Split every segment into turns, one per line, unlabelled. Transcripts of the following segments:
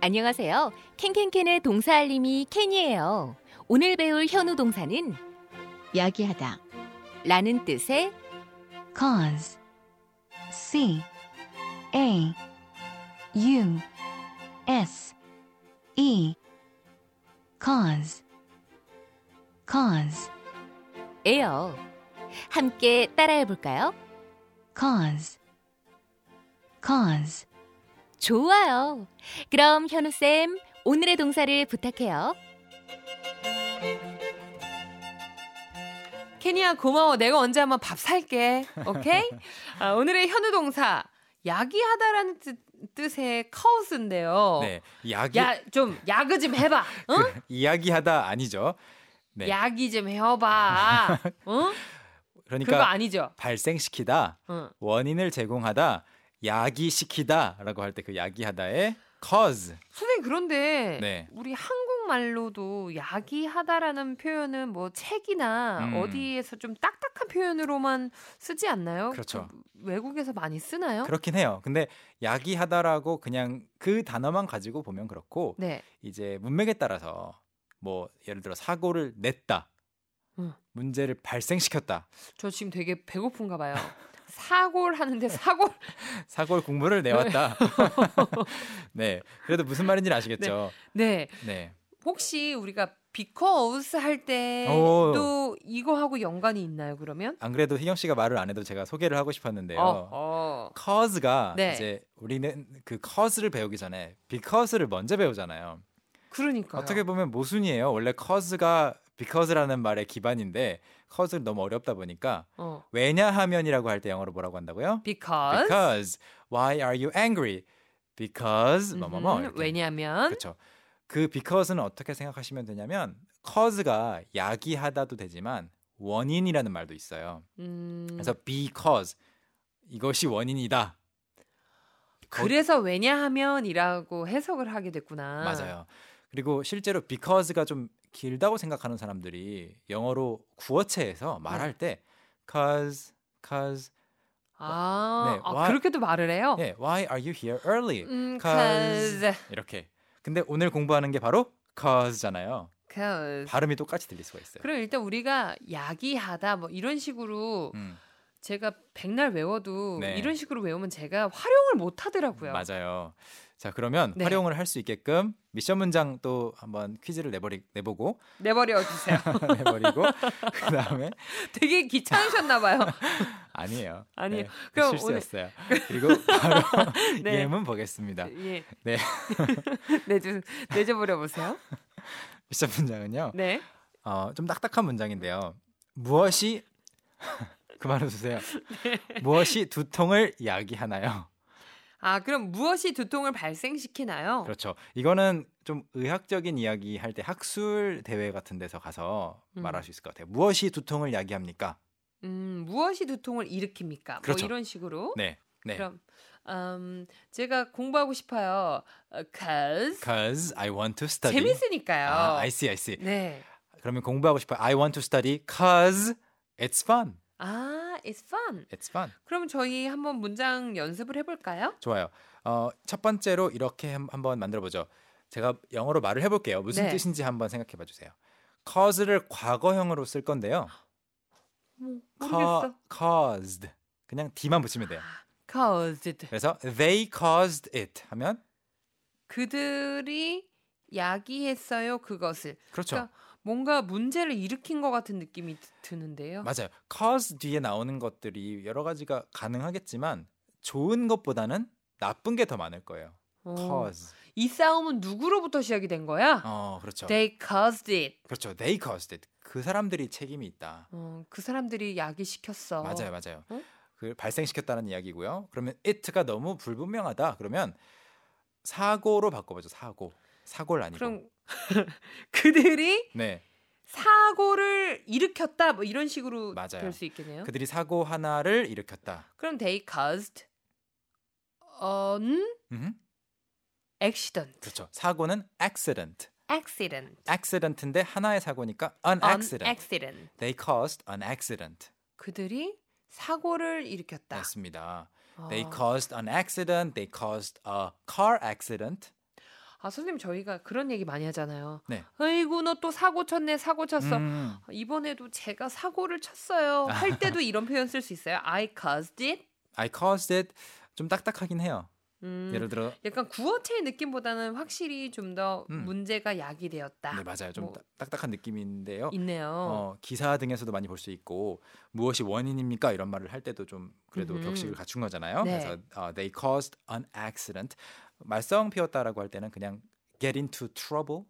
안녕하세요. 캔캔캔의 동사 알림이 캔이에요. 오늘 배울 현우 동사는
야기하다.
라는 뜻의
cause c a u s e cause cause
에요. 함께 따라해 볼까요?
cause cause
좋아요. 그럼 현우쌤, 오늘의 동사를 부탁해요.
케니야 고마워. 내가 언제 한번 밥 살게. 오케이? 아, 오늘의 현우 동사 야기하다라는 뜻, 뜻의 카오스인데요.
네, 야기
어. 야 좀 야그 좀 해봐. 응?
이야기하다 아니죠. 네.
야기 좀 해봐. 응? 그거
그러니까
아니죠.
발생시키다,
응.
원인을 제공하다, 야기시키다라고 할 때 그 야기하다의 cause.
선생님 그런데
네.
우리 한국말로도 야기하다라는 표현은 뭐 책이나
음.
어디에서 좀 딱딱한 표현으로만 쓰지 않나요?
그렇죠.
그 외국에서 많이 쓰나요?
그렇긴 해요. 근데 야기하다라고 그냥 그 단어만 가지고 보면 그렇고
네.
이제 문맥에 따라서 뭐 예를 들어 사고를 냈다.
음.
문제를 발생시켰다.
저 지금 되게 배고픈가 봐요. 사고를 하는데 사고
사골 국물을
어.
내왔다. 네. 그래도 무슨 말인지 아시겠죠?
네.
네.
혹시 우리가 because 할 때
오.
또 이거하고 연관이 있나요? 그러면?
안 그래도 희경 씨가 말을 안 해도 제가 소개를 하고 싶었는데요.
어, 어.
cause가
네.
이제 우리는 그 cause를 배우기 전에 because를 먼저 배우잖아요.
그러니까
어떻게 보면 모순이에요. 원래 cause가 because라는 말의 기반인데 cause는 너무 어렵다 보니까
어.
왜냐하면이라고 할 때 영어로 뭐라고 한다고요?
because,
Because why are you angry? Because
음,
뭐뭐뭐
왜냐면
그렇죠. 그 because는 어떻게 생각하시면 되냐면 cause가 야기하다도 되지만 원인이라는 말도 있어요.
음,
그래서 because 이것이 원인이다. 뭐
그래서 왜냐하면이라고 해석을 하게 됐구나.
맞아요. 그리고 실제로 because가 좀 길다고 생각하는 사람들이 영어로
음.
구어체에서 말할 때 cause cause
아,
네,
아,
why-
그렇게도 말을 해요.
예, why are you here early?
음,
cause.
cause,
이렇게. 근데 오늘 공부하는 게 바로 cause잖아요.
cause.
발음이 똑같이 들릴 수가 있어요.
그럼 일단 우리가 야기하다 뭐 이런 식으로
음,
제가 백날 외워도
네.
이런 식으로 외우면 제가 활용을 못 하더라고요.
맞아요. 자, 그러면
네.
활용을 할 수 있게끔 미션 문장 또 한번 퀴즈를 내버리 내보고
내버려 주세요.
내버리고 그다음에
되게 귀찮으셨나 봐요.
아니에요.
아니에요.
네,
그럼 오늘-
실수였어요. 그리고 바로
네.
예문 보겠습니다.
예.
네.
내주 내줘버려 보세요.
미션 문장은요.
네.
어, 좀 딱딱한 문장인데요. 무엇이 그만해 주세요.
네.
무엇이 두통을 야기하나요?
아 그럼 무엇이 두통을 발생시키나요?
그렇죠. 이거는 좀 의학적인 이야기 할 때 학술 대회 같은 데서 가서
음.
말할 수 있을 것 같아요. 무엇이 두통을 야기합니까?
음 무엇이 두통을 일으킵니까?
그렇죠.
뭐 이런 식으로.
네. 네.
그럼 음, 제가 공부하고 싶어요. 어, Cause
Cause I want to study.
재밌으니까요.
아, I see, I see.
네.
그러면 공부하고 싶어요. I want to study cause it's fun.
아, it's fun.
It's fun.
그럼 저희 한번 문장 연습을 해볼까요?
좋아요. 어, 첫 번째로 이렇게 함- 한번 만들어 보죠. 제가 영어로 말을 해볼게요. 무슨
네.
뜻인지 한번 생각해 봐주세요. cause를 과거형으로 쓸 건데요.
뭐,
Ca-
모르겠어.
caused 그냥 d만 붙이면 돼요.
Caused.
그래서 they caused it 하면
그들이 야기했어요 그것을.
그렇죠.
그러니까 뭔가 문제를 일으킨 것 같은 느낌이 드- 드는데요.
맞아요. cause 뒤에 나오는 것들이 여러 가지가 가능하겠지만 좋은 것보다는 나쁜 게 더 많을 거예요.
어,
cause.
이 싸움은 누구로부터 시작이 된 거야?
어, 그렇죠.
They caused it.
그렇죠. They caused it. 그 사람들이 책임이 있다.
어, 그 사람들이 야기시켰어.
맞아요, 맞아요.
어?
그 발생시켰다는 이야기고요. 그러면 it가 너무 불분명하다. 그러면 사고로 바꿔보죠. 사고. 사고를 아니고.
그럼 그들이
네,
사고를 일으켰다 뭐 이런 식으로
맞아요.
될 수 있겠네요.
그들이 사고 하나를 일으켰다.
그... 럼 they caused an
음,
accident.
그렇죠. 사고는 accident.
accident.
accident인데 하나의 사고니까 an
An
accident.
accident.
They caused an accident.
그들이 사고를 일으켰다.
맞습니다.
어.
They caused an accident. They caused a car accident.
아 선생님 저희가 그런 얘기 많이 하잖아요.
네.
아이고 너 또 사고 쳤네 사고 쳤어.
음.
이번에도 제가 사고를 쳤어요. 할 때도 이런 표현 쓸 수 있어요. I caused it.
I caused it 좀 딱딱하긴 해요.
음,
예를 들어
약간 구어체의 느낌보다는 확실히 좀 더
음.
문제가 야기되었다.
네 맞아요. 좀
뭐.
딱- 딱딱한 느낌인데요.
있네요.
어, 기사 등에서도 많이 볼 수 있고 무엇이 원인입니까 이런 말을 할 때도 좀 그래도
음흠.
격식을 갖춘 거잖아요.
네.
그래서 어, they caused an accident 말썽 피웠다라고 할 때는 그냥 get into trouble,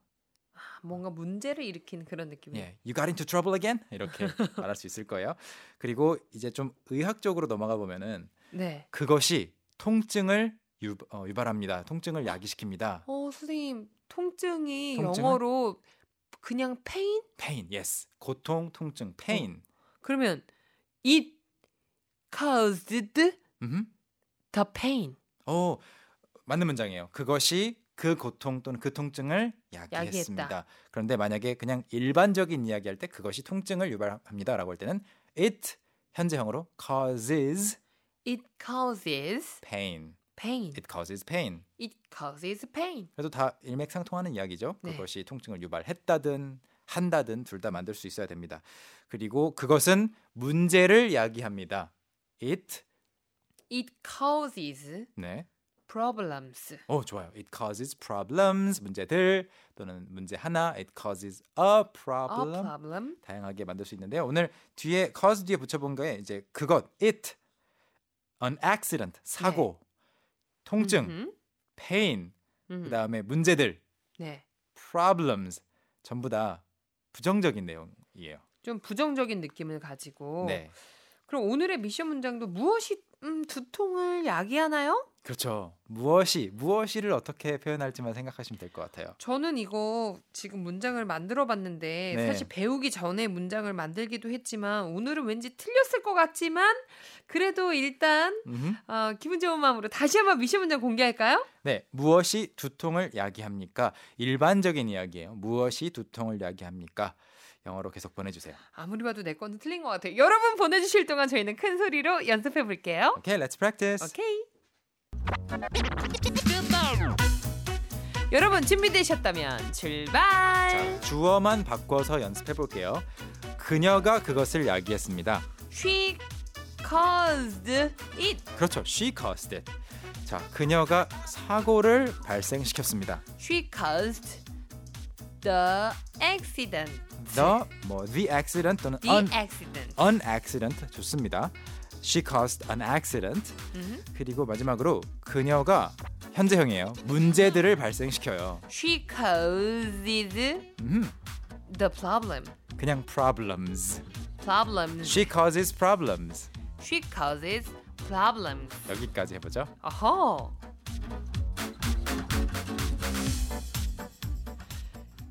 아, 뭔가 문제를 일으킨 그런 느낌이.
예, you got into trouble again 이렇게 말할 수 있을 거예요. 그리고 이제 좀 의학적으로 넘어가 보면은
네.
그것이 통증을 유, 어, 유발합니다. 통증을 야기시킵니다.
어 선생님 통증이
통증은?
영어로 그냥 pain?
pain, yes, 고통, 통증, pain.
그러면 it caused the
음흠.
pain.
어 맞는 문장이에요. 그것이 그 고통 또는 그 통증을 야기했습니다.
야기했다.
그런데 만약에 그냥 일반적인 이야기할 때 그것이 통증을 유발합니다라고 할 때는 it 현재형으로 causes
It causes
pain.
pain.
it causes pain.
It causes pain.
그래도 다 일맥상통하는 이야기죠.
네.
그것이 통증을 유발했다든 한다든 둘 다 만들 수 있어야 됩니다. 그리고 그것은 문제를 야기합니다. it
It causes
네.
problems.
오 어, 좋아요. It causes problems 문제들 또는 문제 하나 it causes a
A
problem
problem.
다양하게 만들 수 있는데요. 오늘 뒤에 cause 뒤에 붙여본 거에 이제 그것 it an accident 사고 통증
네. 음,
pain
음.
그 다음에 문제들
네.
problems 전부 다 부정적인 내용이에요.
좀 부정적인 느낌을 가지고.
네
그럼 오늘의 미션 문장도 무엇이 음, 두통을 야기하나요?
그렇죠. 무엇이 무엇이를 어떻게 표현할지만 생각하시면 될 것 같아요.
저는 이거 지금 문장을 만들어 봤는데
네.
사실 배우기 전에 문장을 만들기도 했지만 오늘은 왠지 틀렸을 것 같지만 그래도 일단
음흠.
어, 기분 좋은 마음으로 다시 한번 미션 문장 공개할까요?
네, 무엇이 두통을 야기합니까? 일반적인 이야기예요. 무엇이 두통을 야기합니까? 영어로 계속 보내주세요.
아무리 봐도 내 거는 틀린 것 같아요. 여러분 보내주실 동안 저희는 큰 소리로 연습해 볼게요.
오케이, okay, let's practice.
오케이. 여러분 준비되셨다면 출발.
자, 주어만 바꿔서 연습해 볼게요. 그녀가 그것을 야기했습니다.
She caused it.
그렇죠, she caused it. 자, 그녀가 사고를 발생시켰습니다.
She caused the accident.
The 뭐 the accident 또는
네. The
an,
accident.
an accident 좋습니다. She caused an accident.
음.
그리고 마지막으로 그녀가 현재형이에요. 문제들을 발생시켜요.
She causes
음.
the problem.
그냥 problems.
Problems.
She causes problems.
She causes problems.
여기까지 해보죠.
어허.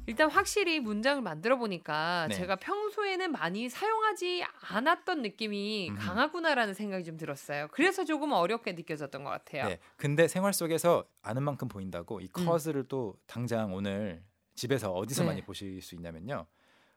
일단 확실히 문장을 만들어 보니까
네.
제가 평소에는 많이 사용하지 않았던 느낌이
음.
강하구나라는 생각이 좀 들었어요. 그래서 조금 어렵게 느껴졌던 것 같아요.
네. 근데 생활 속에서 아는 만큼 보인다고 이 cause를 또 당장 오늘 집에서 어디서
음. 네.
많이 보실 수 있냐면요.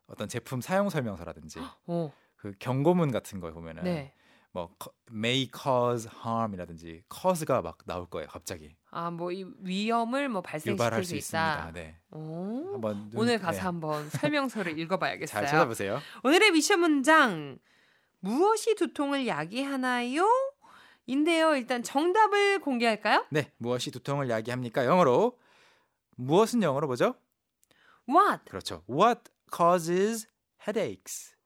어떤 제품 사용 설명서라든지
오,
그 경고문 같은 걸 보면은
네.
뭐 co- may cause harm이라든지 cause가 막 나올 거예요. 갑자기
아, 뭐 이 위험을 뭐 발생시킬
유발할
수,
수
있다.
있습니다. 네.
오.
한번 눈-
오늘
네.
가서 한번 설명서를 읽어봐야겠어요.
잘 찾아보세요.
오늘의 미션 문장 무엇이 두통을 야기하나요? 인데요. 일단 정답을 공개할까요?
네. 무엇이 두통을 야기합니까? 영어로 무엇은 영어로 뭐죠?
What?
그렇죠. What causes headaches?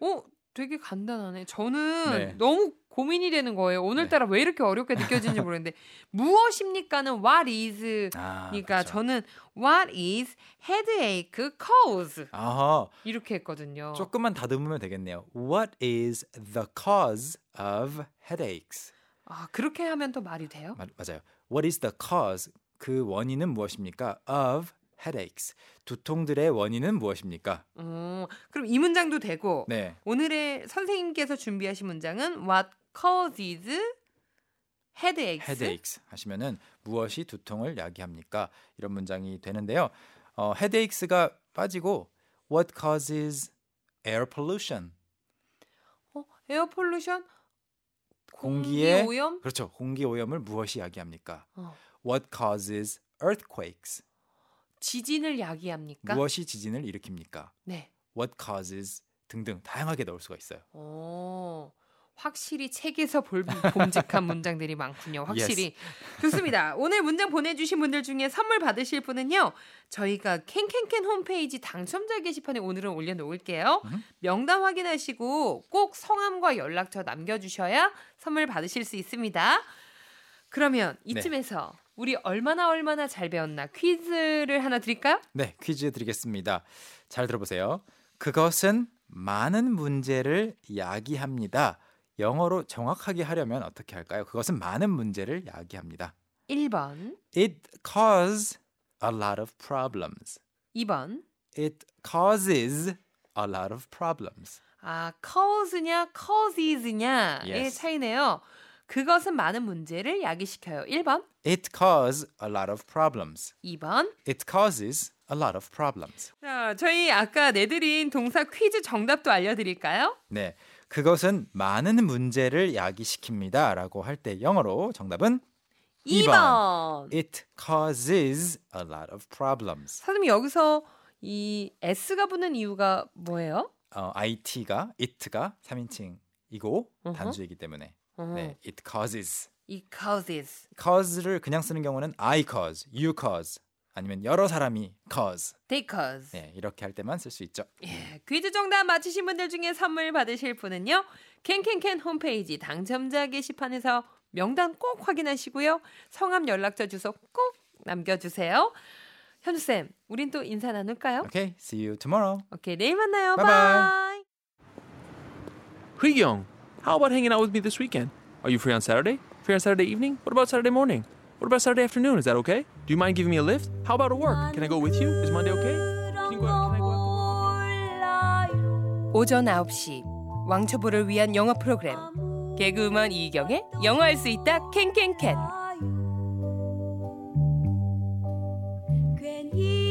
어, 되게 간단하네. 저는
네.
너무 고민이 되는 거예요. 오늘따라 왜 이렇게 어렵게 느껴지는지 모르겠는데 무엇입니까는 what is
아,
그러니까
그렇죠.
저는 what is headache cause
아하,
이렇게 했거든요.
조금만 다듬으면 되겠네요. What is the cause of headaches?
아, 그렇게 하면 또 말이 돼요?
마- 맞아요. What is the cause? 그 원인은 무엇입니까? Of headaches. 두통들의 원인은 무엇입니까?
어, 그럼 이 문장도 되고
네.
오늘의 선생님께서 준비하신 문장은 what causes headaches.
headaches 하시면은 무엇이 두통을 야기합니까? 이런 문장이 되는데요. 어, headaches가 빠지고 what causes air pollution?
어, 에어 폴루션 공기
공기의
오염
그렇죠. 공기 오염을 무엇이 야기합니까?
어.
What causes earthquakes?
지진을 야기합니까?
무엇이 지진을 일으킵니까?
네.
What causes 등등 다양하게 넣을 수가 있어요.
오, 확실히 책에서 볼, 봄직한 문장들이 많군요. 확실히. 좋습니다. 오늘 문장 보내주신 분들 중에 선물 받으실 분은요. 저희가 캔캔캔 홈페이지 당첨자 게시판에 오늘은 올려놓을게요.
음.
명단 확인하시고 꼭 성함과 연락처 남겨주셔야 선물 받으실 수 있습니다. 그러면 이쯤에서 우리 얼마나 얼마나 잘 배웠나 퀴즈를 하나 드릴까요?
네, 퀴즈 드리겠습니다. 잘 들어보세요. 그것은 많은 문제를 야기합니다. 영어로 정확하게 하려면 어떻게 할까요? 그것은 많은 문제를 야기합니다.
1번,
It causes a lot of problems.
2번,
It causes a lot of problems.
아, cause냐 causes냐의
Yes.
차이네요. 그것은 많은 문제를 야기시켜요. 1번,
It causes a lot of problems.
2번.
It causes a lot of problems.
자, 저희 아까 내드린 동사 퀴즈 정답도 알려드릴까요?
네, 그것은 많은 문제를 야기시킵니다라고 할 때 영어로 정답은
2번.
It causes a lot of problems.
선생님 여기서 이 s가 붙는 이유가 뭐예요?
어, it가 it가 3인칭이고
어허.
단수이기 때문에
어,
네, it causes.
이 causes
cause를 그냥 쓰는 경우는 I cause, you cause 아니면 여러 사람이 cause
they cause
네, 이렇게 할 때만 쓸 수 있죠.
예, 퀴즈 정답 맞히신 분들 중에 선물 받으실 분은요. 캔캔캔 홈페이지 당첨자 게시판에서 명단 꼭 확인하시고요. 성함 연락처 주소 꼭 남겨주세요. 현주쌤, 우린 또 인사 나눌까요?
Okay, see you tomorrow.
오케이, 내일 만나요.
바이바이.
바이.
Young, how about hanging out with me this weekend? Are you free on Saturday? Free on Saturday evening? What about Saturday morning? What about Saturday afternoon? Is that okay? Do you mind giving me a lift? How about at work? Can I go with you? Is Monday okay? Can you go, can I go after-
오전 9시 왕초보를 위한 영어 프로그램 개그우먼 이경의 영어할 수 있다 캔캔캔
괜히